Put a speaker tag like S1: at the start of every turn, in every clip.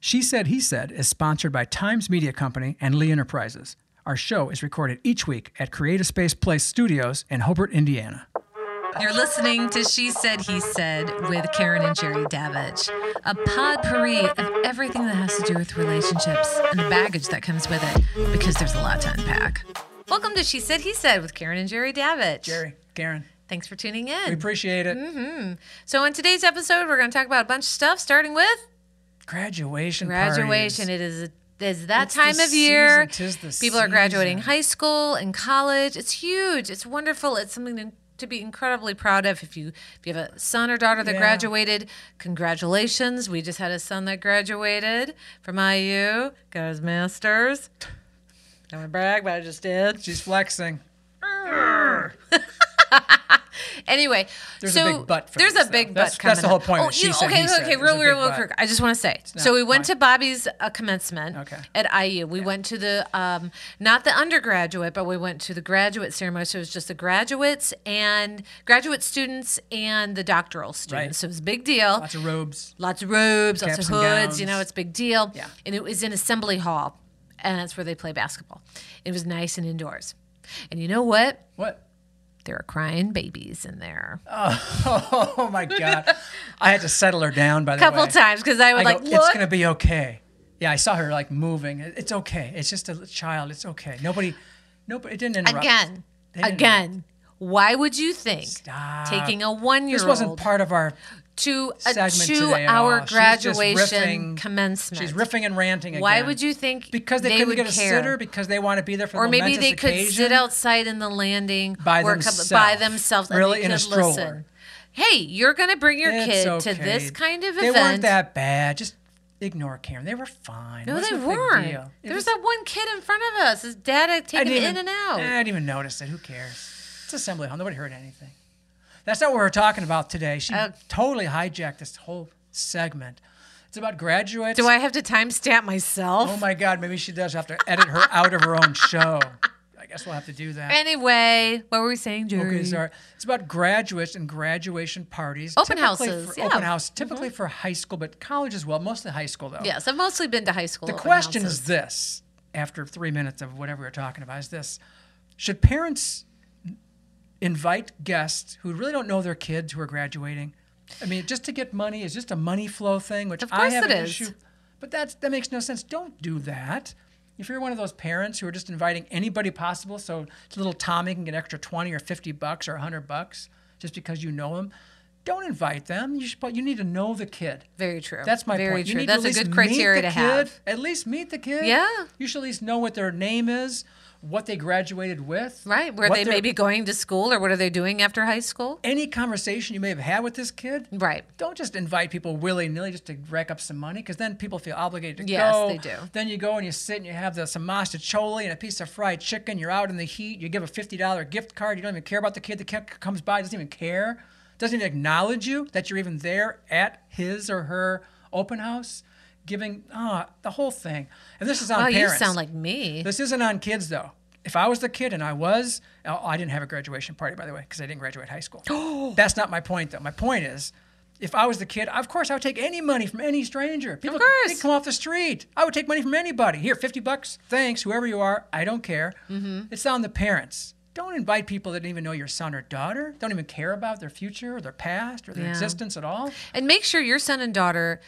S1: She Said, He Said is sponsored by Times Media Company and Lee Enterprises. Our show is recorded each week at Creative Space Place Studios in Hobart, Indiana.
S2: You're listening to She Said, He Said with Karen and Jerry Davich, a potpourri of everything that has to do with relationships and the baggage that comes with it, because there's a lot to unpack. Welcome to She Said, He Said with Karen and Jerry Davich.
S1: Jerry, Karen,
S2: Thanks for tuning
S1: we
S2: in.
S1: appreciate it.
S2: so, in today's episode, we're going to talk about a bunch of stuff, starting with
S1: Graduation.
S2: graduation.
S1: parties.
S2: It is it is that
S1: It's the
S2: time of year.
S1: season. 'Tis the
S2: People are graduating
S1: season.
S2: high school and college. It's huge. It's wonderful. It's something to, to be incredibly proud of. If you if you have a son or daughter that
S1: Yeah.
S2: graduated, congratulations. We just had a son that graduated from IU, got his master's. Don't wanna brag, but I just did.
S1: She's flexing.
S2: Anyway,
S1: There's a
S2: so
S1: big but for
S2: there's
S1: this,
S2: a big
S1: though.
S2: but.
S1: That's-
S2: coming
S1: that's the whole
S2: up.
S1: point
S2: Oh,
S1: of she
S2: you-
S1: said,
S2: okay,
S1: he said.
S2: okay,
S1: There's a
S2: real,
S1: big
S2: real, real
S1: but.
S2: quick. I just want to say. So
S1: not
S2: we went
S1: fine.
S2: to Bobby's uh, commencement
S1: Okay.
S2: at IU. We went to the um, not the undergraduate, but we went to the graduate ceremony. So it was just the graduates and graduate students and the doctoral students.
S1: Right.
S2: So it was a big deal.
S1: Lots of robes.
S2: Lots of robes, lots
S1: Caps
S2: of
S1: and
S2: hoods. You know,
S1: gowns.
S2: it's a big deal.
S1: Yeah.
S2: And it was in Assembly Hall, and that's where they play basketball. It was nice and indoors. And you know what?
S1: What?
S2: There are crying babies in there.
S1: Oh my God. I had to settle her down by the
S2: couple
S1: way.
S2: times because I would
S1: I
S2: like
S1: go,
S2: look.
S1: it's gonna be okay. Yeah, I saw her like moving. It- It's okay. It's just a l- child. It's okay. Nobody, nobody. It didn't interrupt.
S2: again,
S1: They didn't
S2: again. Why would you think
S1: Stop.
S2: taking a one-year-old
S1: This wasn't part of our.
S2: to a
S1: segment today at
S2: two-hour
S1: all. She's just
S2: graduation
S1: riffing.
S2: commencement?
S1: She's riffing and ranting again.
S2: Why would you think
S1: Because they,
S2: would
S1: couldn't get a
S2: care?
S1: sitter. Because they want to be there for
S2: or
S1: the
S2: maybe
S1: momentous
S2: they could
S1: occasion.
S2: sit outside in the landing
S1: By
S2: or
S1: themselves.
S2: by themselves and
S1: Really,
S2: they
S1: in a
S2: could
S1: stroller.
S2: listen. Hey, you're going to bring your
S1: It's
S2: kid
S1: okay.
S2: to this kind of
S1: they
S2: event.
S1: They weren't that bad. Just ignore Karen. They were fine.
S2: no,
S1: What's
S2: they
S1: the big
S2: weren't.
S1: deal? It
S2: There was, that one kid in front of us. His dad had
S1: I
S2: taken him
S1: didn't
S2: in
S1: even- eh.
S2: and out.
S1: I didn't even notice it. Who cares? It's assembly hall. Nobody heard anything. That's not what we're talking about today. She
S2: Oh.
S1: totally hijacked this whole segment. It's about graduates.
S2: Do I have to timestamp myself?
S1: Oh my God! Maybe she does have to edit her out of her own show. I guess we'll have to do that.
S2: Anyway, what were we saying, Jerry?
S1: Okay, sorry. It's about graduates and graduation parties.
S2: Open
S1: typically
S2: houses,
S1: For,
S2: yeah. Mm-hmm.
S1: Open house, typically for high school, but college as well. Mostly high school though.
S2: Yes, I've mostly been to high school.
S1: The question is this: After three minutes of whatever we're talking about, is this: Should parents invite guests who really don't know their kids who are graduating? I mean, just to get money is just a money flow thing, which
S2: Of
S1: I
S2: course
S1: have
S2: it
S1: an
S2: is.
S1: issue. But that's that makes no sense. Don't do that. If you're one of those parents who are just inviting anybody possible, so little Tommy can get extra twenty or fifty bucks or hundred bucks just because you know him, don't invite them. You should, but you need to know the kid.
S2: very true.
S1: That's my
S2: very
S1: point. You
S2: True.
S1: need
S2: That's
S1: to
S2: a
S1: at least
S2: good
S1: meet
S2: criteria
S1: the
S2: to
S1: kid.
S2: have.
S1: At least meet the kid.
S2: Yeah.
S1: You should at least know what their name is, what they graduated with.
S2: Right? Where
S1: what
S2: they
S1: their-
S2: may be going to school or what are they doing after high school?
S1: Any conversation you may have had with this kid.
S2: Right.
S1: Don't just invite people willy nilly just to rack up some money because then people feel obligated to
S2: Yes,
S1: go.
S2: they do.
S1: Then you go and you sit and you have the, some masticholi and a piece of fried chicken. You're out in the heat. You give a $50 gift card. You don't even care about the kid. The kid comes by, doesn't even care, doesn't even acknowledge you that you're even there at his or her open house, giving ah the whole thing. And this is on
S2: Wow,
S1: parents.
S2: Oh, you sound like me.
S1: This isn't on kids though. If I was the kid and I was, oh, I didn't have a graduation party by the way because I didn't graduate high school. That's not my point though. My point is, if I was the kid, of course I would take any money from any stranger. People
S2: course.
S1: they come off the street. I would take money from anybody. Here, fifty bucks. Thanks, whoever you are. I don't care.
S2: Mm-hmm.
S1: It's on the parents. Don't invite people that don't even know your son or daughter. Don't even care about their future or their past or their
S2: Yeah.
S1: existence at all.
S2: And make sure your son and daughter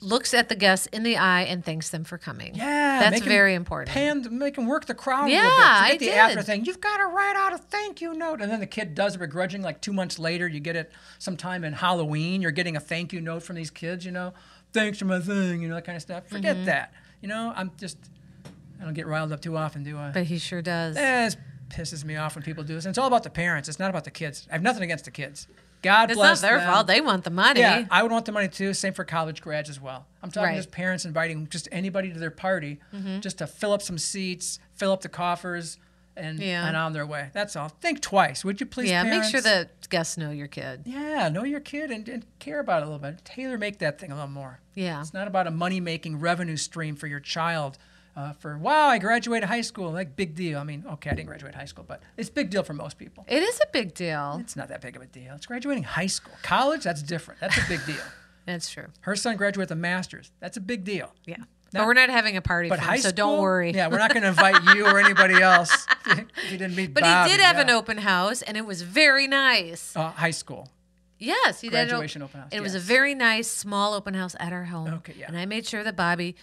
S2: looks at the guests in the eye and thanks them for coming.
S1: Yeah,
S2: That's
S1: make 'em
S2: very important.
S1: Pan, make them work the crowd. a little
S2: Yeah,
S1: bit. Forget
S2: I
S1: the
S2: did.
S1: after thing. You've got to write out a thank you note, and then the kid does it begrudging. Like two months later, you get it sometime in Halloween. You're getting a thank you note from these kids. You know, thanks for my thing. You know that kind of stuff. Forget
S2: Mm-hmm.
S1: that. You know, I'm just I don't get riled up too often, do I?
S2: but he sure does.
S1: Eh, it pisses me off when people do this. And it's all about the parents. It's not about the kids. I have nothing against the kids. God
S2: it's not
S1: bless
S2: their
S1: them.
S2: fault. They want the money.
S1: Yeah, I would want the money too. Same for college grads as well. I'm talking
S2: Right. Mm-hmm.
S1: just parents inviting just anybody to their party just to fill up some seats, fill up the coffers, and
S2: Yeah.
S1: and on their way. That's all. Think twice, would you please?
S2: yeah make
S1: parents?
S2: sure that guests know your kid.
S1: Yeah, know your kid and, and care about it a little bit. Tailor make that thing a little more.
S2: Yeah.
S1: It's not about a money making revenue stream for your child. Uh, for wow, I graduated high school. Like big deal. I mean, okay, I didn't graduate high school, but it's big deal for most people.
S2: It is a big deal.
S1: It's not that big of a deal. It's graduating high school. College, that's different. That's a big deal.
S2: That's true.
S1: Her son graduated with a master's. That's a big deal.
S2: Yeah. but we're not having a party for
S1: But high
S2: him, so
S1: school,
S2: don't worry.
S1: Yeah, we're not going to invite you or anybody else. if you didn't meet
S2: But
S1: Bobby,
S2: he did have
S1: yeah.
S2: an open house, and it was very nice.
S1: uh, high school.
S2: Yes, he did. an
S1: Graduation open house,
S2: It was a
S1: yes.
S2: very nice, small open house at our home.
S1: Okay, yeah.
S2: And I made sure that Bobby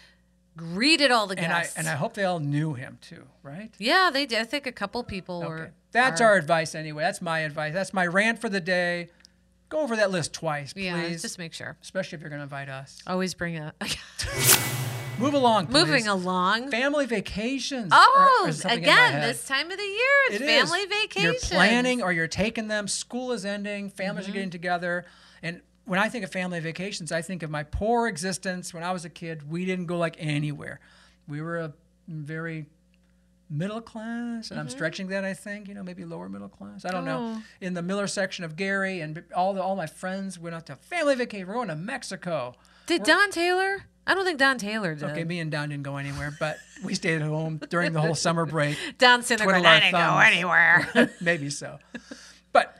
S2: greeted all the
S1: And
S2: guests.
S1: I and I hope they all knew him too, right?
S2: yeah, they did. I think a couple people
S1: Okay.
S2: were.
S1: That's
S2: are-
S1: our advice anyway. That's my advice. That's my rant for the day. Go over that list twice, please.
S2: Yeah, just make sure.
S1: Especially if you're going to invite us.
S2: Always bring a.
S1: Move along, please.
S2: Moving along.
S1: Family vacations. are-
S2: Oh,
S1: are something in my
S2: again,
S1: head.
S2: this time of the year, it's
S1: It is.
S2: family vacation.
S1: You're planning or you're taking them. School is ending. Families are getting together. And when I think of family vacations, I think of my poor existence. When I was a kid, we didn't go like anywhere. We were a very middle class, and I'm stretching that. I think you know maybe lower middle class. I don't know. In the Miller section of Gary, and all the all my friends went out to family vacation. We're going to Mexico.
S2: Did Don Taylor? I don't think Don Taylor did.
S1: Okay, me and Don didn't go anywhere, but we stayed at home during the whole summer break.
S2: Don Cinder.
S1: Twiddle
S2: I
S1: our
S2: didn't go
S1: thumbs."
S2: anywhere.
S1: Maybe so. But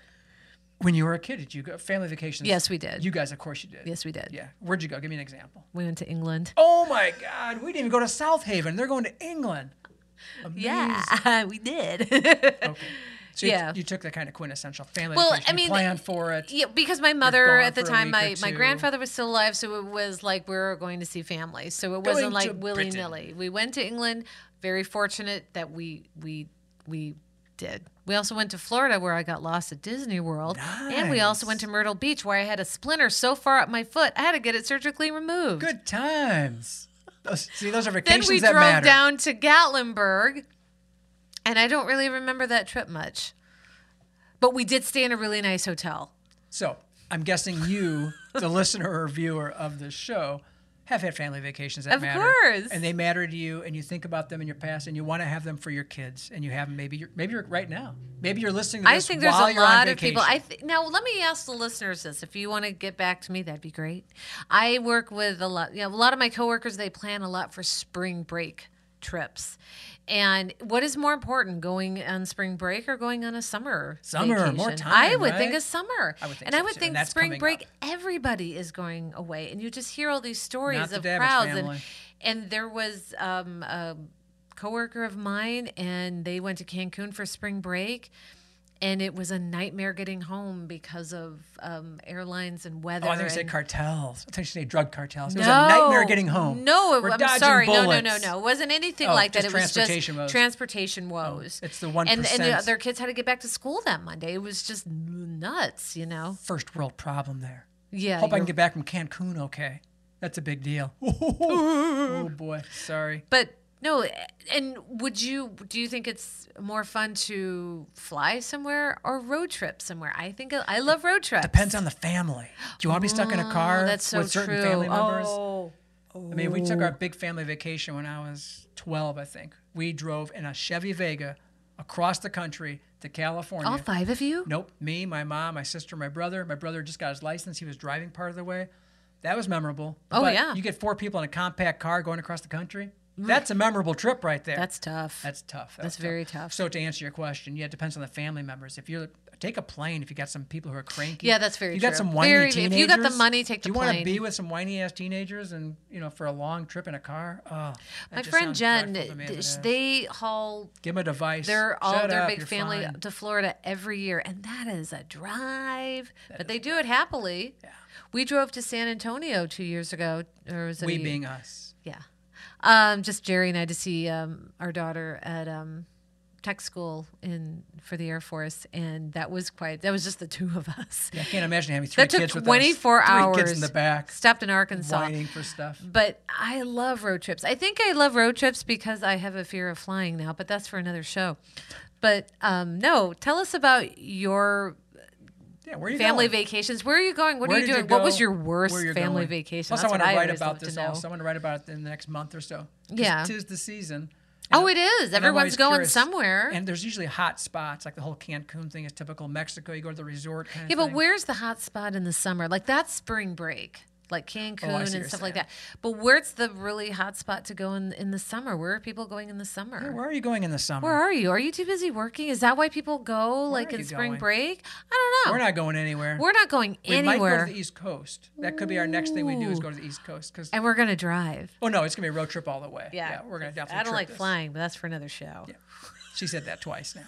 S1: when you were a kid, did you go family vacations?
S2: Yes, we did.
S1: You guys, of course, you did.
S2: yes, we did.
S1: Yeah. Where'd you go? Give me an example.
S2: We went to England.
S1: Oh my God, we didn't even go to South Haven. They're going to England. Amazing.
S2: Yeah, we did.
S1: Okay. So you-
S2: Yeah.
S1: you, took that kind of quintessential family
S2: Well,
S1: vacation.
S2: I mean,
S1: you planned for it.
S2: Yeah, because my mother
S1: gone
S2: at the
S1: for a
S2: time,
S1: week or
S2: my, my
S1: two.
S2: grandfather was still alive, so it was like we were going to see family. So
S1: Going
S2: it wasn't
S1: to
S2: like
S1: Britain.
S2: willy nilly. We went to England. Very fortunate that we we we did. We also went to Florida where I got lost at Disney World, and we also went to Myrtle Beach where I had a splinter so far up my foot I had to get it surgically removed.
S1: Good times. Those, see, those are
S2: Then
S1: vacations
S2: we
S1: that
S2: drove
S1: matter.
S2: down to Gatlinburg, and I don't really remember that trip much, but we did stay in a really nice hotel.
S1: So I'm guessing you, the listener or viewer of this show, have had family vacations that
S2: Of
S1: matter.
S2: course.
S1: And they matter to you, and you think about them in your past, and you want to have them for your kids, and you have them maybe you're, maybe you're right now. Maybe you're listening to
S2: I
S1: this
S2: think there's
S1: while
S2: a
S1: you're on
S2: lot of
S1: vacation.
S2: people. I th- now let me ask the listeners this: if you want to get back to me, that'd be great. I work with a lot. You know, a lot of my coworkers they plan a lot for spring break trips. And what is more important, going on spring break or going on a summer?
S1: Summer, more
S2: vacation? I
S1: time,
S2: would think
S1: right?
S2: a summer.
S1: I would think
S2: and I
S1: so
S2: would
S1: too,
S2: think
S1: and that's
S2: spring
S1: coming
S2: break.
S1: up.
S2: Everybody is going away, and you just hear all these stories
S1: Not the
S2: of
S1: Davitt
S2: crowds.
S1: family.
S2: And and there was um, a coworker of mine, and they went to Cancun for spring break and it was a nightmare getting home because of um, airlines and weather.
S1: Oh, I think you say
S2: and-
S1: cartels. I think you say drug cartels. It was a nightmare getting home.
S2: No, it,
S1: We're
S2: I'm
S1: dodging
S2: sorry. No, no, no,
S1: bullets.
S2: no. It wasn't anything
S1: Oh,
S2: like that. It
S1: just
S2: was just
S1: transportation woes. Oh,
S2: transportation woes.
S1: it's the
S2: And, and
S1: 1%.
S2: the, their kids had to get back to school that Monday. It was just nuts, you know?
S1: First world problem there.
S2: Yeah.
S1: Hope I
S2: you're-
S1: can get back from Cancun okay. That's a big deal. oh boy, sorry.
S2: but no, and would you, do you think it's more fun to fly somewhere or road trip somewhere? I think I love road trips.
S1: Depends on the family. Do you want to be stuck in a car
S2: Oh, that's so
S1: with certain
S2: true.
S1: family members?
S2: Oh.
S1: I mean, we took our big family vacation when I was 12, I think. We drove in a Chevy Vega across the country to California.
S2: All five of you?
S1: Nope, me, my mom, my sister, my brother. My brother just got his license. He was driving part of the way. That was memorable.
S2: Oh,
S1: But
S2: yeah. Mm.
S1: You get four people in a compact car going across the country. That's a memorable trip right there.
S2: That's tough.
S1: That's tough. That was
S2: That's
S1: tough.
S2: very tough.
S1: So to answer your question, yeah, it depends on the family members. If you're take a plane, if you got some people who are cranky,
S2: Yeah, that's very
S1: You got
S2: true.
S1: some whiny
S2: Very- if
S1: teenagers.
S2: you got the money, take
S1: Do
S2: the
S1: you want
S2: plane.
S1: to be with some whiny ass teenagers and you know for a long trip in a car? Oh, that
S2: My
S1: just
S2: friend
S1: sounds
S2: Jen,
S1: dreadful to me,
S2: th-
S1: but, uh,
S2: they haul
S1: give them a device.
S2: their all
S1: Shut
S2: their
S1: up,
S2: big
S1: you're
S2: family
S1: fine.
S2: to Florida every year, and that is a drive. but they do it happily. Yeah. We drove to San Antonio two years ago, or was it a
S1: We
S2: year?
S1: being us.
S2: yeah, um, just Jerry and I to see um, our daughter at um, tech school in for the Air Force, and that was quite. That was just the two of us.
S1: Yeah, I can't imagine having three
S2: That took
S1: kids with us,
S2: 24 hours.
S1: Three kids in the back
S2: Stopped in Arkansas.
S1: whining for stuff.
S2: But I love road trips. I think I love road trips because I have a fear of flying now, but that's for another show. But um, no, tell us about your
S1: Yeah, where are you
S2: family
S1: going?
S2: vacations. Where are you going? What
S1: Where
S2: are you
S1: did
S2: doing? what was
S1: go?
S2: your worst
S1: Where you're
S2: family
S1: going?
S2: vacation?
S1: Plus, I
S2: That's
S1: want
S2: what
S1: to write
S2: always
S1: about
S2: love to
S1: this
S2: know.
S1: also. I want to write about it in the next month or so. 'Cause
S2: Yeah.
S1: tis the season.
S2: Oh, it is.
S1: And I'm always
S2: Everyone's going
S1: curious.
S2: somewhere.
S1: And there's usually hot spots, like the whole Cancun thing is typical Mexico. You go to the resort. Kind
S2: yeah,
S1: of
S2: but
S1: thing.
S2: where's the hot spot in the summer? Like that's spring break. like Cancun
S1: Oh, I
S2: and
S1: see what
S2: stuff
S1: you're
S2: like
S1: saying.
S2: that. But where's the really hot spot to go in in the summer? Where are people going in the summer?
S1: Where are you going in the summer?
S2: Where are you? Are you too busy working? Is that why people go like
S1: are
S2: in
S1: you
S2: spring
S1: going?
S2: break? I don't know.
S1: We're not going anywhere.
S2: We're not going
S1: we might go
S2: anywhere.
S1: to the East Coast. That could be our next thing we do is
S2: Ooh.
S1: go to the East Coast. Cause
S2: and we're gonna drive.
S1: oh no, it's gonna be a road trip all the way. Yeah, we're gonna definitely.
S2: I
S1: trip
S2: don't like
S1: this.
S2: flying, but that's for another show.
S1: She said that twice now,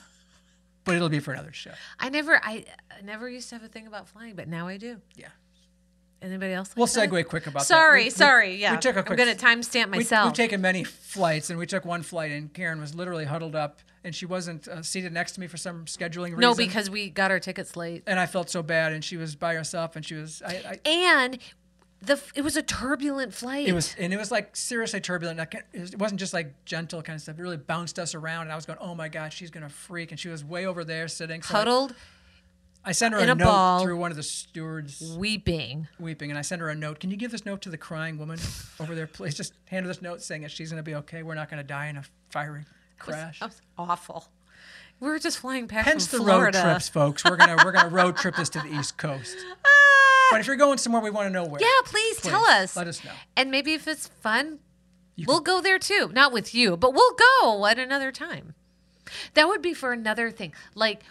S1: but it'll be for another show.
S2: I never, I, I never used to have a thing about flying, but now I do.
S1: Yeah,
S2: Anybody else? Like
S1: we'll
S2: that?
S1: segue quick about
S2: Sorry,
S1: that. We- we-
S2: sorry. yeah,
S1: we took a
S2: I'm
S1: quick.
S2: gonna timestamp
S1: we,
S2: myself.
S1: We've taken many flights, and we took one flight, and Karen was literally huddled up, and she wasn't uh, seated next to me for some scheduling reason.
S2: no, because we got our tickets late,
S1: and I felt so bad, and she was by herself, and she was. I, I,
S2: and the f- it was a turbulent flight.
S1: it was, and it was like seriously turbulent. I can't- It wasn't just like gentle kind of stuff. It really bounced us around, and I was going, "Oh my God, she's gonna freak!" And she was way over there sitting. So I-
S2: huddled,
S1: I sent her
S2: in
S1: a,
S2: a
S1: note
S2: ball.
S1: through one of the stewards
S2: weeping.
S1: weeping, and I sent her a note. Can you give this note to the crying woman over there, please? Just hand her this note saying that she's gonna be okay. We're not gonna die in a fiery crash.
S2: That was awful. We were just flying back
S1: Hence
S2: from
S1: the road
S2: Florida.
S1: trips, folks. We're gonna we're gonna road trip this to the East Coast.
S2: Ah!
S1: But if you're going somewhere, we want to know where.
S2: Yeah, please, tell
S1: Please,
S2: us.
S1: Let us know.
S2: And maybe if it's fun, we'll go there too. Not with you, but we'll go at another time. That would be for another thing. Like,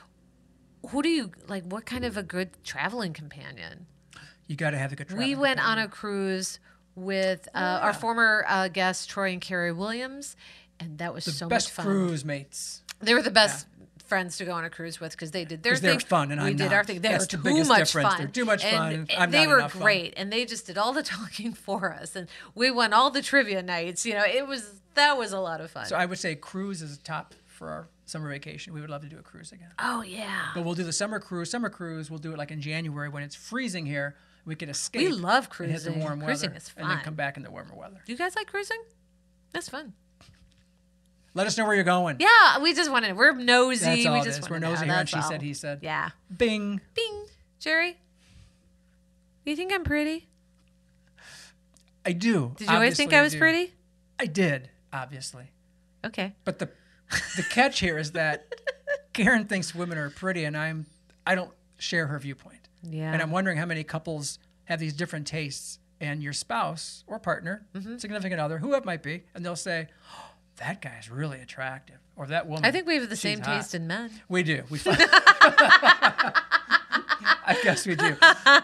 S2: who do you like? What kind of a good traveling companion?
S1: You got to have a good.
S2: we
S1: travel
S2: went on a cruise with uh, our former uh, guests, Troy and Carrie Williams, and that was so
S1: best
S2: much fun.
S1: cruise mates.
S2: They were the best friends to go on a cruise with because they did their
S1: 'Cause
S2: thing.
S1: they're fun and
S2: we
S1: I'm
S2: did
S1: not.
S2: our thing. They
S1: That's the
S2: were too
S1: biggest
S2: much
S1: difference.
S2: fun.
S1: They're too much
S2: And
S1: fun. I'm
S2: they
S1: not
S2: were
S1: enough fun.
S2: great, and they just did all the talking for us, and we won all the trivia nights. You know, it was that was a lot of fun.
S1: So I would say cruise is top for our summer vacation. We would love to do a cruise again.
S2: oh yeah,
S1: But we'll do the summer cruise. Summer cruise. We'll do it like in January when it's freezing here. We could escape.
S2: we love
S1: and hit the
S2: cruising.
S1: warm weather.
S2: cruising is
S1: And
S2: fun.
S1: then come back in the warmer weather.
S2: Do you guys like cruising? That's fun.
S1: Let us know where you're going.
S2: Yeah, we just wanted. We're nosy.
S1: That's all
S2: we
S1: it
S2: just
S1: is.
S2: wanna
S1: We're
S2: know.
S1: nosy here. And
S2: That's
S1: she said,
S2: all.
S1: he said.
S2: Yeah.
S1: Bing.
S2: Bing, Jerry. You think I'm pretty?
S1: I do.
S2: Did you always think I was pretty?
S1: I did, obviously.
S2: Okay.
S1: But the the catch here is that Karen thinks women are pretty, and I'm I don't share her viewpoint.
S2: Yeah.
S1: And I'm wondering how many couples have these different tastes, and your spouse or partner,
S2: Mm-hmm.
S1: significant other, who it might be, and they'll say, oh, "That guy's really attractive," or "That woman."
S2: I think we have the
S1: she's
S2: same
S1: hot."
S2: taste in men.
S1: We do. We. Find- I guess we do.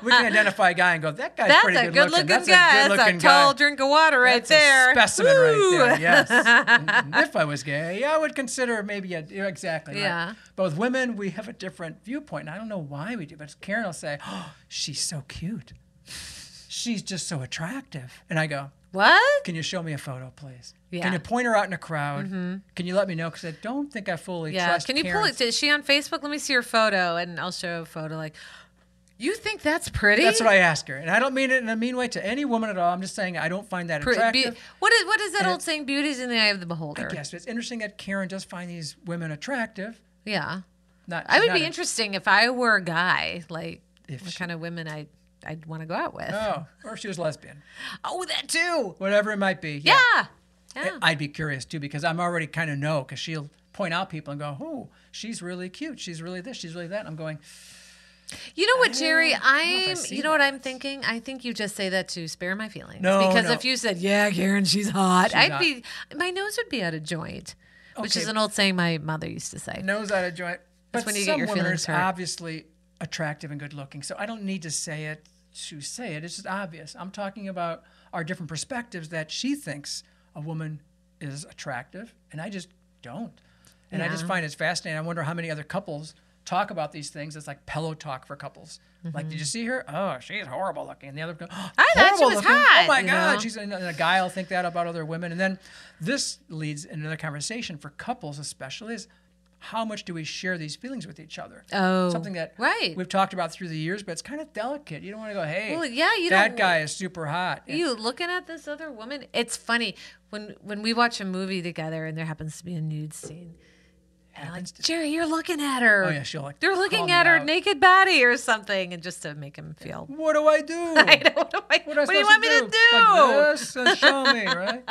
S1: We can identify a guy and go, "That guy's
S2: That's
S1: pretty
S2: a good looking guy.
S1: That's a
S2: That's
S1: good
S2: a,
S1: looking guy."
S2: tall drink of water right
S1: That's a
S2: there.
S1: specimen
S2: Woo!
S1: right there. Yes. And- and if I was gay, I would consider maybe a yeah, exactly. right.
S2: Yeah.
S1: But with women, we have a different viewpoint. And I don't know why we do, but Karen will say, "Oh, she's so cute. She's just so attractive." And I go,
S2: What?
S1: "Can you show me a photo, please?
S2: Yeah. Mm-hmm.
S1: Can you point her out in a crowd? Can you let me know because I don't think I fully
S2: Yeah.
S1: trust."
S2: Can you pull
S1: Karen's-
S2: it? Is she on Facebook? Let me see her photo, and I'll show a photo. Like, you think that's pretty?
S1: That's what I ask her, and I don't mean it in a mean way to any woman at all. I'm just saying I don't find that
S2: Pre-
S1: attractive.
S2: be- what is what is that
S1: And
S2: old saying? Beauty's in the eye of the beholder.
S1: yes, but it's interesting that Karen does find these women attractive.
S2: Yeah.
S1: Not
S2: I would
S1: not
S2: be
S1: a-
S2: interesting if I were a guy. Like,
S1: If
S2: what
S1: she-
S2: kind of women I I'd want to go out with?
S1: Oh, or if she was lesbian,
S2: oh, that too.
S1: whatever it might be.
S2: Yeah. Yeah.
S1: I'd be curious too because I'm already kind of know because she'll point out people and go, "Oh, she's really cute. She's really this. She's really that." And I'm going,
S2: You know what, Jerry?
S1: know if I
S2: I'm.
S1: see
S2: you know what
S1: that.
S2: I'm thinking? I think you just say that to spare my feelings.
S1: No,
S2: because
S1: no.
S2: if you said, "Yeah, Karen, she's hot," I'd
S1: hot.
S2: be. My nose would be out of joint, which
S1: Okay.
S2: is an old saying my mother used to say.
S1: "Nose out of joint."
S2: That's
S1: but
S2: when you get
S1: some
S2: your
S1: women are
S2: feelings hurt.
S1: obviously attractive and good looking, so I don't need to say it to say it. It's just obvious. I'm talking about our different perspectives that she thinks a woman is attractive, and I just don't. And I just
S2: Yeah.
S1: find it's fascinating. I wonder how many other couples talk about these things. It's like pillow talk for couples. Like, did you see her? Oh, she's horrible looking. And the other, go, oh,
S2: Mm-hmm. I thought she
S1: horrible
S2: was
S1: looking.
S2: hot,
S1: Oh my
S2: you
S1: God,
S2: know?
S1: she's and a guy will think that about other women. And then this leads into another conversation for couples, especially is how much do we share these feelings with each other?
S2: Oh,
S1: something that
S2: right.
S1: we've talked about through the years, but it's kind of delicate. You don't want to go, hey,
S2: Well, yeah, you
S1: that
S2: don't-
S1: guy is super hot. And
S2: You looking at this other woman? It's funny when when we watch a movie together and there happens to be a nude scene. And I'm
S1: happens
S2: like,
S1: to-
S2: Jerry, you're looking at her.
S1: Oh, yeah, she'll, like,
S2: They're
S1: call
S2: looking
S1: me
S2: at her
S1: out.
S2: naked body or something, and just to make him feel.
S1: what do I do?
S2: I don't know. What,
S1: What, am I
S2: do
S1: supposed
S2: you want me to do?
S1: Like this? Uh, show me, right?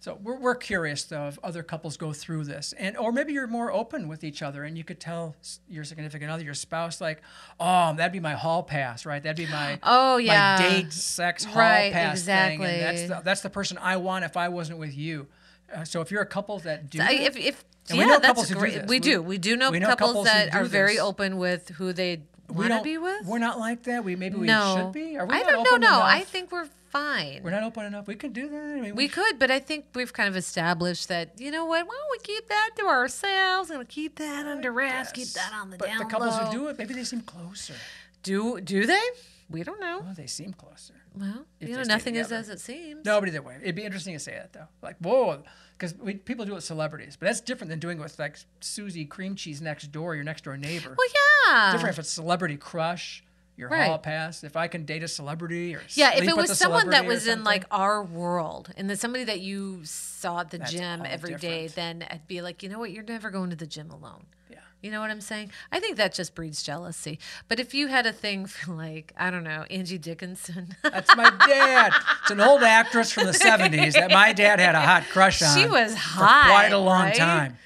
S1: So we're, we're curious though if other couples go through this, and or maybe you're more open with each other, and you could tell s- your significant other, your spouse, like, oh, that'd be my hall pass, right? That'd be my
S2: Oh, yeah.
S1: my date sex hall
S2: Right,
S1: pass thing, and that's
S2: exactly.
S1: the, that's the person I want if I wasn't with you. Uh, so if you're a couple that do,
S2: I,
S1: that-
S2: if, if
S1: And we
S2: yeah,
S1: know couples
S2: that's
S1: who do
S2: great.
S1: this.
S2: we
S1: We-
S2: do. We do know,
S1: we know
S2: couples,
S1: couples who
S2: that
S1: do
S2: are very
S1: this.
S2: open with who they
S1: we
S2: want to
S1: don't
S2: be with.
S1: we're not like that. We maybe we
S2: no.
S1: should be. Are we
S2: I
S1: not
S2: don't know.
S1: open
S2: No,
S1: enough?
S2: I think we're fine.
S1: we're not open enough. We can do that. I mean,
S2: we could, but I think we've kind of established that you know what? Why don't we keep that to ourselves? Gonna keep that under wraps. Keep
S1: Yes.
S2: that on the
S1: but
S2: down
S1: the couples
S2: low.
S1: who do it, maybe they seem closer.
S2: Do do they? We don't know.
S1: Oh, they seem closer.
S2: Well,
S1: If
S2: you
S1: they
S2: know,
S1: stay
S2: nothing is
S1: together.
S2: as it seems.
S1: No, but either way, it'd be interesting to say that though. Like, whoa, because people do it with celebrities, but that's different than doing it with like Susie Cream Cheese next door, your next door neighbor.
S2: Well, yeah.
S1: different if it's celebrity crush, your
S2: Right.
S1: hall pass. If I can date a celebrity or
S2: Yeah, if
S1: sleep
S2: it
S1: with
S2: was
S1: a
S2: someone that
S1: celebrity or
S2: was in
S1: something.
S2: like our world and then somebody that you saw at the
S1: That's
S2: gym
S1: all
S2: every day,
S1: different.
S2: then I'd be like, you know what, you're never going to the gym alone.
S1: Yeah.
S2: You know what I'm saying? I think that just breeds jealousy. But if you had a thing for like, I don't know, Angie Dickinson,
S1: That's my dad. It's an old actress from the 70s that my dad had a hot crush on.
S2: She was
S1: For
S2: hot,
S1: quite a long
S2: right?
S1: time.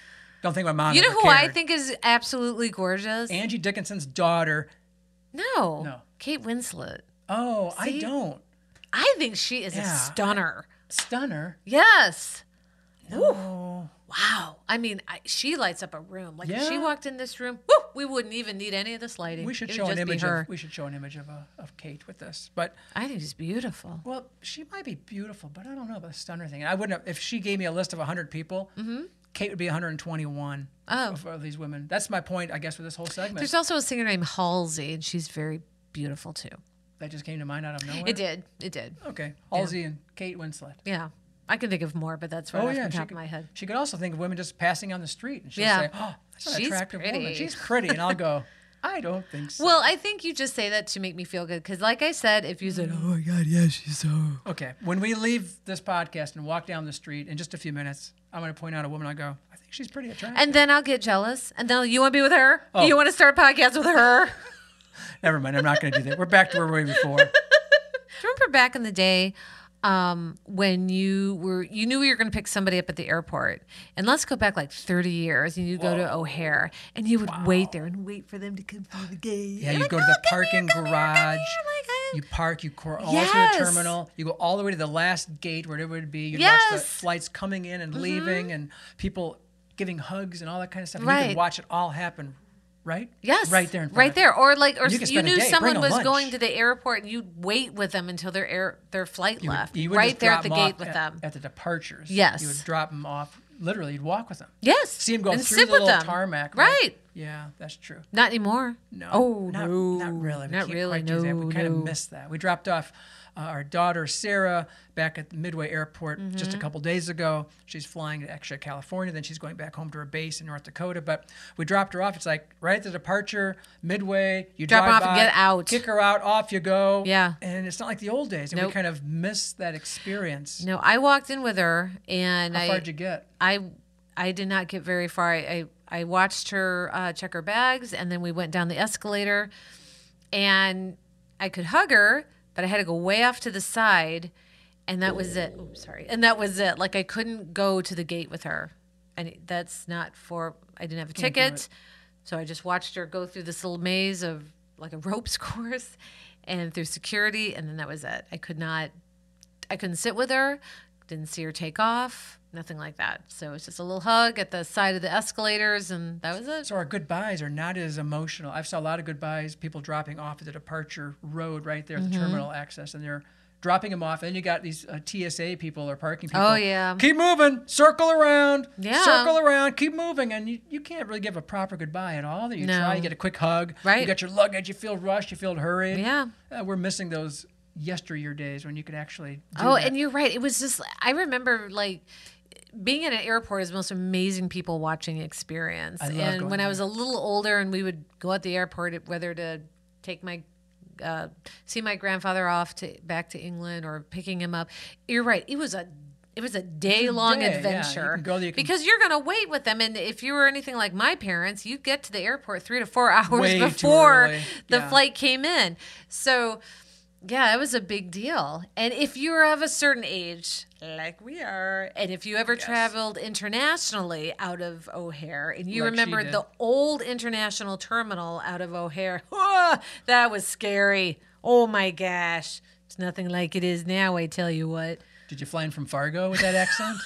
S1: Don't think my mom
S2: you know
S1: ever
S2: who I
S1: cared.
S2: think is absolutely gorgeous?
S1: Angie Dickinson's daughter.
S2: no.
S1: No.
S2: Kate Winslet.
S1: Oh,
S2: See?
S1: I don't.
S2: I think she is
S1: Yeah,
S2: a
S1: I-
S2: stunner.
S1: Stunner.
S2: Yes.
S1: Oh.
S2: Wow. I mean, I, she lights up a room. Like if she
S1: Yeah.
S2: walked in this room, woo, we wouldn't even need any of this lighting.
S1: We should
S2: It would
S1: show an
S2: just be
S1: image
S2: her.
S1: of we should show an image of uh, of Kate with this. But
S2: I think she's beautiful.
S1: well, she might be beautiful, but I don't know about the stunner thing. I wouldn't have, if she gave me a list of 100 people. Kate would be 121
S2: Mm-hmm. Oh.
S1: of, of these women. That's my point, I guess, with this whole segment.
S2: There's also a singer named Halsey, and she's very beautiful too.
S1: that just came to mind out of nowhere.
S2: It did. It did.
S1: Okay, Halsey and Kate Winslet. Oh,
S2: Yeah. I can think of more, but that's right off the
S1: she
S2: top
S1: could,
S2: of my head.
S1: She could also think of women just passing on the street, and she'll
S2: Yeah.
S1: say, "Oh, that's an
S2: She's
S1: attractive
S2: pretty."
S1: woman. She's pretty," and I'll go, "I don't think so."
S2: Well, I think you just say that to make me feel good. Because, like I said, if you said, oh,
S1: Okay, when we leave this podcast and walk down the street in just a few minutes, I'm going to point out a woman. I go, "I think she's pretty attractive."
S2: and then I'll get jealous, and then you want to be with her?
S1: Oh.
S2: You want to start a podcast with her?
S1: Never mind, I'm not going to do that. We're back to where we were before.
S2: Do you remember back in the day um, when you were you knew you were going to pick somebody up at the airport, and let's go back like thirty years, and you go to O'Hare, and you would wait there and wait for them to come through the gate.
S1: Yeah,
S2: You're
S1: you
S2: like,
S1: go to
S2: "Oh,
S1: the
S2: come here,
S1: parking
S2: come here, come
S1: garage.
S2: here," like, I-
S1: You park, you cor- all
S2: Yes.
S1: to the terminal. You go all the way to the last gate, wherever it would be. You'd watch the
S2: Yes. Mm-hmm.
S1: flights coming in and leaving, and people giving hugs and all that kind of stuff. You
S2: Right.
S1: could watch it all happen, right?
S2: Yes,
S1: right there, in front
S2: right
S1: of you.
S2: there, or like, or
S1: You
S2: you,
S1: could spend a
S2: knew
S1: day,
S2: someone
S1: bring a
S2: was
S1: lunch.
S2: going to the airport, and you'd wait with them until their air their flight
S1: You would-
S2: left,
S1: you would
S2: right
S1: just
S2: there
S1: drop
S2: at the
S1: 'em off
S2: gate with
S1: at-
S2: them.
S1: at the departures.
S2: Yes.
S1: you would drop them off. Literally, you'd walk with them.
S2: yes,
S1: See them go
S2: and
S1: through
S2: sit
S1: the
S2: with
S1: little
S2: them.
S1: tarmac,
S2: right?
S1: Yeah, that's true.
S2: Not anymore.
S1: No.
S2: Oh
S1: not,
S2: no.
S1: Not really. We
S2: not
S1: can't
S2: really.
S1: Quite
S2: no.
S1: do that. We kind
S2: no.
S1: of missed that. We dropped off uh, our daughter Sarah back at the Midway Airport
S2: Mm-hmm.
S1: just a couple days ago. She's flying to actually California, then she's going back home to her base in North Dakota. But we dropped her off. It's like right at the departure, Midway. You
S2: Drop her
S1: drive
S2: off and
S1: by,
S2: get out.
S1: kick her out, off you go.
S2: Yeah.
S1: And it's not like the old days, and
S2: Nope.
S1: we kind of missed that experience.
S2: No, I walked in with her, and
S1: How
S2: I,
S1: far'd you get?
S2: I, I did not get very far. I, I, I watched her uh, check her bags, and then we went down the escalator, and I could hug her, but I had to go way off to the side, and that was it. Oops, sorry, and that was it. Like I couldn't go to the gate with her, and that's not for. I didn't have a
S1: do
S2: ticket, so I just watched her go through this little maze of like a ropes course, and through security, and then that was it. I could not I couldn't sit with her, didn't see her take off, nothing like that. So it's just a little hug at the side of the escalators, and that was it.
S1: So our goodbyes are not as emotional. I've saw a lot of goodbyes, people dropping off at the departure road right there, at
S2: Mm-hmm.
S1: the terminal access, and they're dropping them off. And then you got these uh, TSA people or parking people.
S2: Oh, yeah.
S1: Keep moving, circle around,
S2: Yeah.
S1: circle around, keep moving, and you, you can't really give a proper goodbye at all. You
S2: No.
S1: try, you get a quick hug,
S2: Right.
S1: You got your luggage, you feel rushed, you feel hurried.
S2: Yeah.
S1: Uh, we're missing those yesteryear days when you could actually. Do
S2: Oh,
S1: that.
S2: and you're right. It was just I remember like being at an airport is the most amazing people watching experience.
S1: love
S2: and
S1: going
S2: when I
S1: there.
S2: was a little older, and we would go at the airport whether to take my uh, see my grandfather off to back to England or picking him up. You're right. It was a it was a day long
S1: day, yeah. You
S2: adventure
S1: can go there, you can-
S2: because you're going to wait with them. And if you were anything like my parents, you'd get to the airport three to four hours
S1: Way too
S2: before
S1: early.
S2: the
S1: Yeah.
S2: flight came in. So Yeah, it was a big deal. And if you're of a certain age, like we are, and if you ever traveled internationally out of O'Hare and you
S1: Like she
S2: remembered
S1: did.
S2: the old international terminal out of O'Hare, that was scary. Oh my gosh. It's nothing like it is now, I tell you what.
S1: Did you fly in from Fargo with that accent?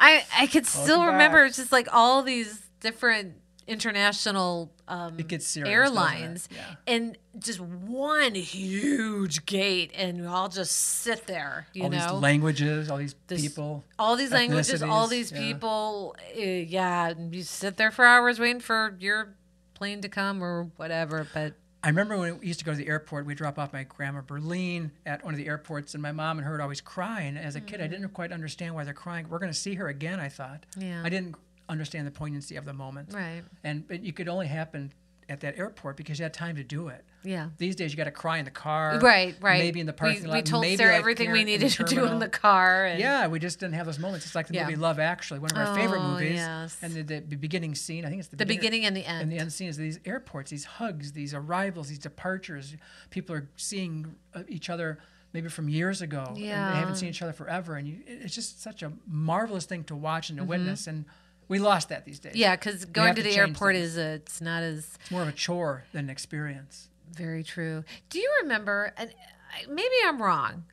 S2: I I could still
S1: Welcome
S2: remember
S1: back.
S2: it's just like all these different international um,
S1: It gets serious, doesn't it?
S2: airlines
S1: Yeah.
S2: and just one huge gate and we all just sit there you
S1: all
S2: know
S1: these languages, all these
S2: This-
S1: people.
S2: all these languages all
S1: ethnicities,
S2: these
S1: yeah.
S2: people uh, yeah and you sit there for hours waiting for your plane to come or whatever but
S1: I remember when we used to go to the airport, we'd drop off my grandma Berlin at one of the airports, and my mom and her would always cry. And as a kid, I
S2: Mm-hmm.
S1: didn't quite understand why they're crying. We're going to see her again, I thought.
S2: Yeah.
S1: I didn't understand the poignancy of the moment.
S2: right
S1: And but it could only happen at that airport because you had time to do it.
S2: yeah
S1: These days, you got to cry in the car.
S2: right right
S1: Maybe in the parking
S2: we,
S1: lot.
S2: we told
S1: maybe
S2: sarah
S1: like
S2: everything
S1: here
S2: we
S1: in the
S2: needed to do in
S1: terminal.
S2: the car and
S1: Yeah, we just didn't have those moments. It's like the
S2: Yeah.
S1: movie Love Actually, one of our favorite
S2: Oh,
S1: movies.
S2: yes.
S1: And the, the beginning scene, I think it's the,
S2: the beginning and the end
S1: and the end scene is these airports, these hugs, these arrivals, these departures. People are seeing uh, each other maybe from years ago, and they
S2: Yeah.
S1: haven't seen each other forever. And you, it- it's just such a marvelous thing to watch and to witness. And we lost that these days.
S2: Mm-hmm. yeah because going
S1: have
S2: to
S1: to
S2: the
S1: change
S2: airport
S1: things.
S2: is a, it's not as
S1: it's more of a chore than an experience.
S2: Very true. Do you remember? And I- maybe I'm wrong,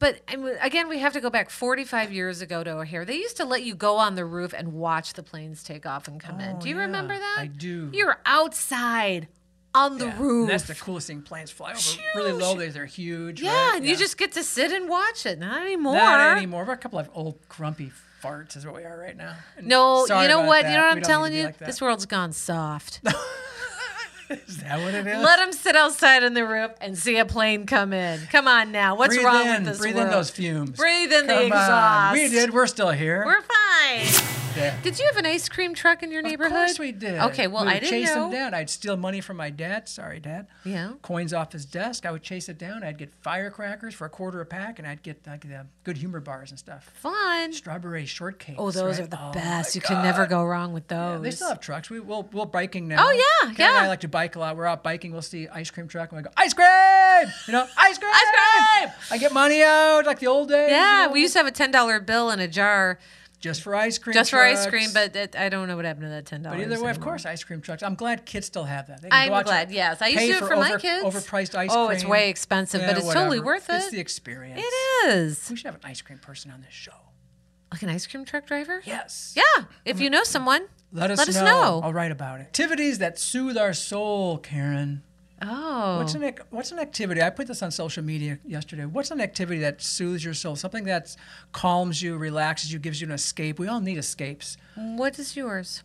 S2: but I mean, again, we have to go back 45 years ago to O'Hare. They used to let you go on the roof and watch the planes take off and come in.
S1: Oh,
S2: Do you
S1: yeah,
S2: remember that?
S1: I do.
S2: You were outside on the
S1: Yeah.
S2: roof.
S1: And that's the coolest thing. Planes fly over really low. They're, they're huge.
S2: yeah,
S1: right?
S2: and you just get to sit and watch it. Not anymore.
S1: Not anymore. We're a couple of old grumpy farts is what we are right now. And
S2: No,
S1: sorry
S2: you know
S1: about
S2: what?
S1: that.
S2: You
S1: We
S2: know what
S1: don't
S2: I'm
S1: need to
S2: telling
S1: be
S2: you?
S1: like that.
S2: this world's gone soft.
S1: is that what it is?
S2: Let them sit outside on the roof and see a plane come in. Come on now. What's
S1: breathe
S2: wrong
S1: in,
S2: with this
S1: breathe
S2: world?
S1: in those fumes.
S2: Breathe in the
S1: Come on. We
S2: exhaust.
S1: did. We're still here.
S2: We're fine.
S1: there.
S2: Did you have an ice cream truck in your
S1: Of
S2: neighborhood?
S1: course we did.
S2: Okay, well,
S1: we would
S2: I didn't
S1: chase
S2: know.
S1: him down. I'd steal money from my dad. Sorry, dad.
S2: Yeah.
S1: Coins off his desk. I would chase it down. I'd get firecrackers for a quarter a pack, and I'd get like the good humor bars and stuff.
S2: Fun.
S1: Strawberry shortcake.
S2: Oh, those are the best. You can never go wrong with those.
S1: They still have trucks. We we'll we'll biking now.
S2: Oh,
S1: Karen
S2: yeah,
S1: and
S2: yeah.
S1: I like to bike a lot. We're out biking. We'll see ice cream truck and we go ice cream. You know ice cream.
S2: Ice cream!
S1: I get money out like the old days. you
S2: yeah,
S1: know,
S2: we used to have a ten dollar bill in a jar
S1: just for ice cream.
S2: just for ice cream,
S1: trucks.
S2: but it, I don't know what happened to that ten dollars.
S1: But either way, of course, ice cream trucks. I'm glad kids still have that. They
S2: I'm
S1: out to
S2: glad, yes. I used
S1: pay
S2: to do it for my
S1: over-
S2: kids.
S1: Overpriced ice cream.
S2: Oh, it's way expensive, but
S1: Yeah,
S2: it's totally
S1: whatever.
S2: worth
S1: It's
S2: it.
S1: the experience.
S2: It is
S1: We should have an ice cream person on this show.
S2: like an ice cream truck driver.
S1: Yes.
S2: Yeah, Mm. if you know someone,
S1: Let us
S2: let us
S1: know.
S2: know.
S1: I'll write about it. Activities that soothe our soul, Karen.
S2: Oh,
S1: What's an ac- what's an activity? I put this on social media yesterday. What's an activity that soothes your soul? Something that calms you, relaxes you, gives you an escape. We all need escapes.
S2: what is yours?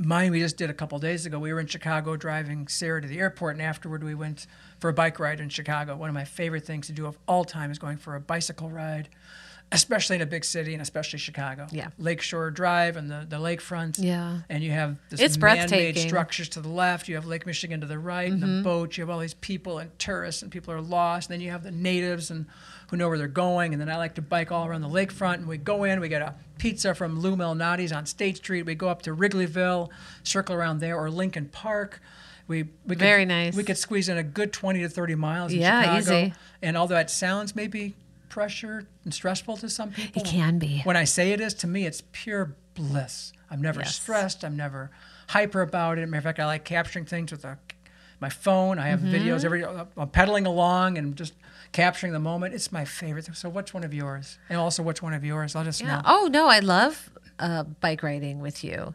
S1: Mine, we just did a couple days ago. We were in Chicago driving Sarah to the airport, and afterward we went for a bike ride in Chicago. One of my favorite things to do of all time is going for a bicycle ride, especially in a big city and especially Chicago.
S2: Yeah.
S1: Lakeshore Drive and the, the lakefront.
S2: Yeah.
S1: And you have this
S2: It's
S1: man-made
S2: breathtaking.
S1: structures to the left. You have Lake Michigan to the right,
S2: Mm-hmm.
S1: and the boats. You have all these people and tourists, and people are lost. And then you have the natives and who know where they're going. And then I like to bike all around the lakefront. And we go in. We get a pizza from Lou Malnati's on State Street. We go up to Wrigleyville, circle around there, or Lincoln Park. We, we could,
S2: Very nice.
S1: We could squeeze in a good twenty to thirty miles. In
S2: Yeah,
S1: Chicago.
S2: easy.
S1: And although it sounds maybe pressure and stressful to some people,
S2: It can be.
S1: when I say it is, to me, it's pure bliss. I'm never
S2: Yes.
S1: stressed. I'm never hyper about it. matter of fact, I like capturing things with a, my phone. I have
S2: Mm-hmm.
S1: videos every. uh, I'm pedaling along and just capturing the moment. It's my favorite. thing. So, what's one of yours? And also, what's one of yours? Let us
S2: Yeah.
S1: know.
S2: Oh no, I love uh, bike riding with you.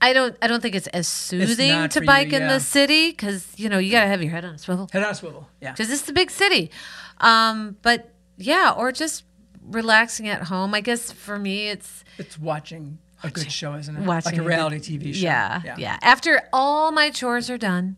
S2: I don't. I don't think it's as soothing
S1: not
S2: to
S1: for you,
S2: bike in
S1: yeah.
S2: the city because you know you gotta have your head on a swivel
S1: Head on a swivel. Yeah.
S2: because it's the big city. Um, but yeah, or just relaxing at home. I guess for me, it's
S1: it's watching a good show, isn't it?
S2: watching
S1: like a
S2: good-
S1: reality TV show.
S2: yeah, yeah, After all my chores are done,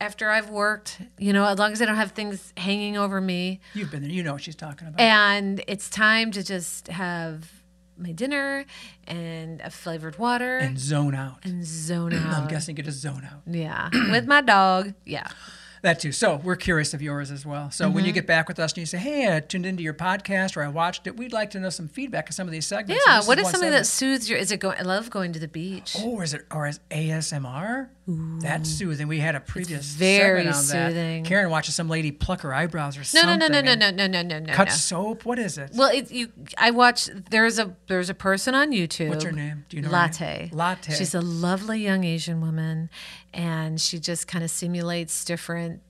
S2: after I've worked, you know, as long as I don't have things hanging over me,
S1: You've been there. You know what she's talking about.
S2: and it's time to just have my dinner and a flavored water
S1: And zone out.
S2: and zone
S1: I'm
S2: out.
S1: guessing you just zone out.
S2: Yeah, with my dog. Yeah.
S1: That too. So we're curious of yours as well. So when you
S2: Mm-hmm.
S1: get back with us and you say, "Hey, I tuned into your podcast or I watched it," we'd like to know some feedback of some of these segments. So
S2: Yeah.
S1: this
S2: what is
S1: one Oh,
S2: something that
S1: segment.
S2: soothes your? Is it going? I love going to the beach.
S1: Oh, is it or is ASMR? That's soothing. We had a previous
S2: very
S1: segment on that.
S2: soothing.
S1: Karen watches some lady pluck her eyebrows or
S2: No, no,
S1: something.
S2: no, no, no,
S1: and
S2: no, no, no, no, no.
S1: Cut
S2: no.
S1: soap. What is it?
S2: Well, it, you, I watch. There's a there's a person on YouTube.
S1: What's her name? Do you know? her name?
S2: Latte.
S1: Latte.
S2: She's a lovely young Asian woman, and she just kind of simulates different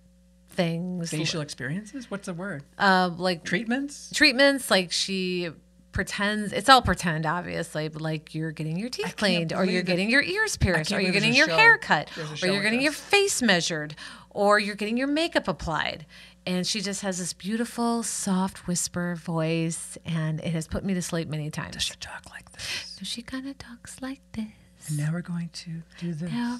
S2: things,
S1: facial experiences. What's the word?
S2: uh, like
S1: Treatments.
S2: treatments. Like she pretends it's all pretend, obviously. But like you're getting your teeth cleaned, or
S1: believe
S2: you're
S1: it.
S2: getting your ears pierced, or
S1: can't
S2: you're
S1: believe
S2: getting
S1: there's
S2: your
S1: a show-
S2: hair cut,
S1: there's a
S2: or
S1: show
S2: you're
S1: like
S2: getting your
S1: this.
S2: face measured, or you're getting your makeup applied. And she just has this beautiful, soft whisper voice, and it has put me to sleep many times.
S1: She talk like this.
S2: So she kind of talks like this.
S1: And now we're going to do this.
S2: Now,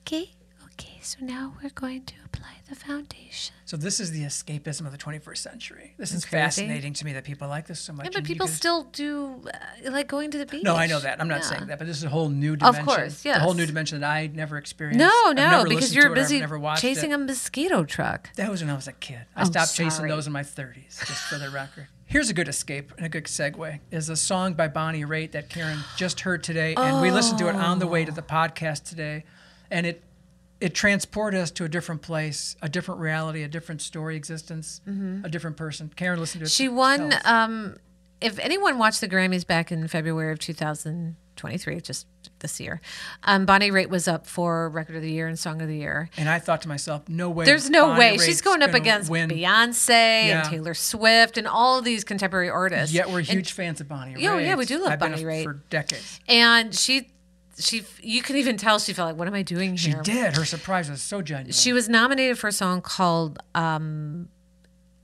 S2: okay, okay, so now we're going to apply the foundation.
S1: So this is the escapism of the 21st century. This is
S2: crazy.
S1: fascinating to me that people like this so much.
S2: Yeah, but
S1: and you
S2: people
S1: can-
S2: still do, uh, like going to the beach.
S1: No, I know that. I'm not
S2: Yeah.
S1: saying that, but this is a whole new dimension.
S2: course,
S1: A whole new
S2: yes.
S1: dimension that I never experienced.
S2: No,
S1: I've
S2: no,
S1: never
S2: because
S1: listened
S2: you're
S1: to it, I've
S2: busy
S1: never watched
S2: chasing
S1: it.
S2: a mosquito truck.
S1: That was when I was a kid. I
S2: Oh,
S1: stopped chasing
S2: sorry.
S1: those in my 30s, just for the record. Here's a good escape and a good segue is a song by Bonnie Raitt that Karen just heard today, and we listened to it on the way to the
S2: Oh.
S1: podcast today, and it it transported us to a different place, a different reality, a different story existence, a different person. Karen listened to it.
S2: Mm-hmm. She won.
S1: herself.
S2: Um, if anyone watched the Grammys back in February of 2023, just this year, um, Bonnie Raitt was up for Record of the Year and Song of the Year.
S1: and I thought to myself, no way.
S2: There's no
S1: Bonnie
S2: way she's
S1: Raitt's
S2: going up
S1: gonna
S2: against
S1: win.
S2: Beyonce
S1: Yeah.
S2: and Taylor Swift and all of these contemporary artists.
S1: Yet we're
S2: And-
S1: huge fans of Bonnie Raitt.
S2: Yeah, oh, yeah, we do love
S1: I've been
S2: Bonnie
S1: a-
S2: Raitt.
S1: for decades.
S2: and she she you can even tell she felt like what am i doing
S1: She
S2: here
S1: did. Her surprise was so genuine.
S2: she was nominated for a song called um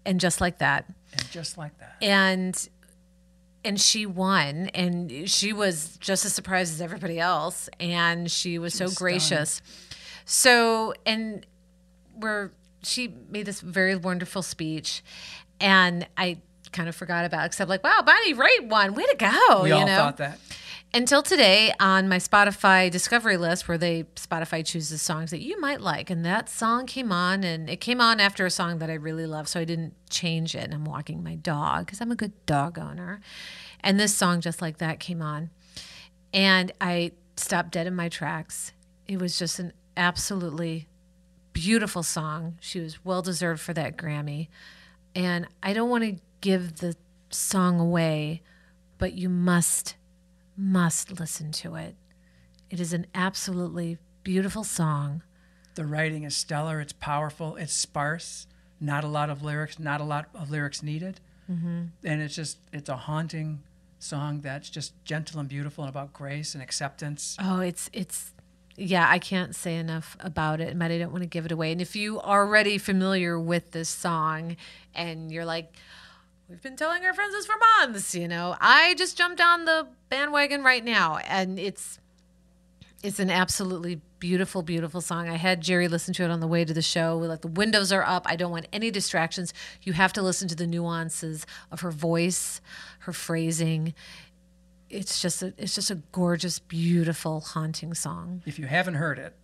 S2: and just like that
S1: and just like that.
S2: and and she won and she was just as surprised as everybody else and she was so gracious so and where she made this very wonderful speech and i kind of forgot about it, except like wow bonnie raitt won way to go
S1: We
S2: you
S1: all
S2: know
S1: thought that.
S2: until today on my Spotify discovery list where they Spotify chooses songs that you might like and that song came on and it came on after a song that I really love so I didn't change it and I'm walking my dog cuz I'm a good dog owner and this song just like that came on and I stopped dead in my tracks it was just an absolutely beautiful song she was well deserved for that Grammy and I don't want to give the song away but you must must listen to it. It is an absolutely beautiful song.
S1: The writing is stellar. It's powerful. It's sparse. Not a lot of lyrics. Not a lot of lyrics needed.
S2: Mm-hmm.
S1: And it's just it's a haunting song that's just gentle and beautiful and about grace and acceptance.
S2: Oh, it's it's yeah, I can't say enough about it, but I don't want to give it away. And if you are already familiar with this song and you're like we've been telling our friends this for months, you know, I just jumped on the bandwagon right now and it's it's an absolutely beautiful, beautiful song. I had Jerry listen to it on the way to the show. We like the windows are up. I don't want any distractions. You have to listen to the nuances of her voice, her phrasing. It's just a, it's just a gorgeous, beautiful, haunting song.
S1: If you haven't heard it,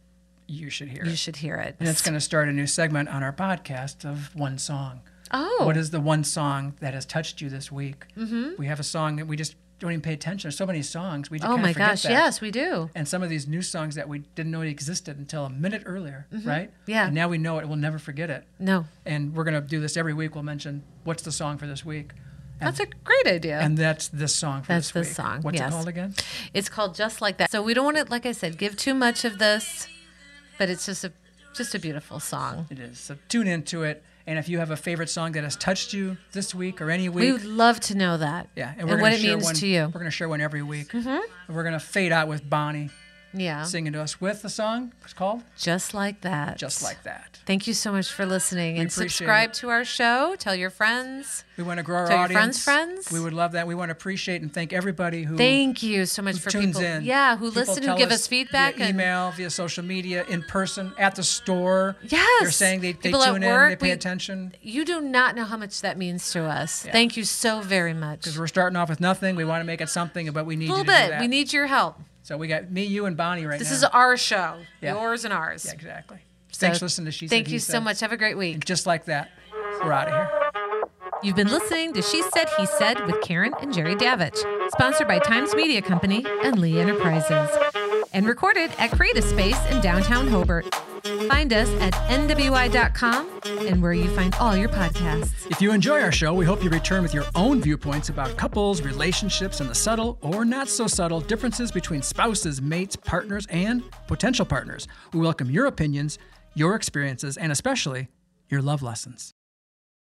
S1: you should hear
S2: You
S1: it.
S2: should hear it.
S1: And it's going to start a new segment on our podcast of one song.
S2: oh,
S1: What is the one song that has touched you this week? Mm-hmm. We have a song that we just don't even pay attention. There's so many songs we just
S2: oh
S1: kinda
S2: my
S1: forget
S2: gosh!
S1: that.
S2: Yes, we do.
S1: And some of these new songs that we didn't know existed until a minute earlier, right?
S2: Mm-hmm. Yeah.
S1: And now we know it. We'll never forget it.
S2: No,
S1: And we're gonna do this every week. We'll mention what's the song for this week,
S2: that's a great idea.
S1: and that's this song for
S2: That's
S1: this week.
S2: this song,
S1: What's
S2: yes.
S1: it called again?
S2: It's called Just Like That. So we don't want to, like I said, give too much of this, but it's just a just a beautiful song.
S1: It is. So tune into it. And if you have a favorite song that has touched you this week or any
S2: We
S1: week,
S2: would love to know that.
S1: yeah,
S2: and,
S1: we're
S2: what
S1: gonna
S2: it
S1: share
S2: means
S1: one,
S2: to you. Mm-hmm.
S1: We're gonna share one every week. And we're gonna fade out with Bonnie
S2: Yeah,
S1: singing to us with the song. It's called
S2: just like that.
S1: Just Like That.
S2: Thank you so much for listening and
S1: appreciate
S2: subscribe
S1: it.
S2: to our show. Tell your friends.
S1: We want to grow our
S2: Tell your
S1: audience.
S2: friends, friends.
S1: We would love that. We want to appreciate and thank everybody who
S2: Thank you so much for
S1: tunes
S2: people.
S1: in.
S2: Yeah, who
S1: People
S2: listen, who
S1: tell
S2: give us, feedback
S1: via
S2: and
S1: email, via social media, in person, at the store.
S2: Yes.
S1: they're saying they, they
S2: People at
S1: tune in, they
S2: work,
S1: pay
S2: we-
S1: attention.
S2: You do not know how much that means to us. Thank you so very much. A
S1: We're starting off with nothing. We want to make it something, but we need
S2: little
S1: you to do
S2: bit.
S1: that.
S2: We need your help.
S1: so we got me, you, and Bonnie right
S2: This
S1: now.
S2: is our show,
S1: Yeah.
S2: yours and ours.
S1: yeah, exactly.
S2: So
S1: Thanks for listening to she. Said,
S2: Thank
S1: He
S2: you so
S1: Said.
S2: much. Have a great week.
S1: Just like that, we're out of here.
S2: You've been listening to She Said, He Said with Karen and Jerry Davich, sponsored by Times Media Company and Lee Enterprises. and recorded at Create a Space in downtown Hobart. Find us at nwi.com and where you find all your podcasts.
S1: If you enjoy our show, we hope you return with your own viewpoints about couples, relationships, and the subtle or not so subtle differences between spouses, mates, partners, and potential partners. We welcome your opinions, your experiences, and especially your love lessons.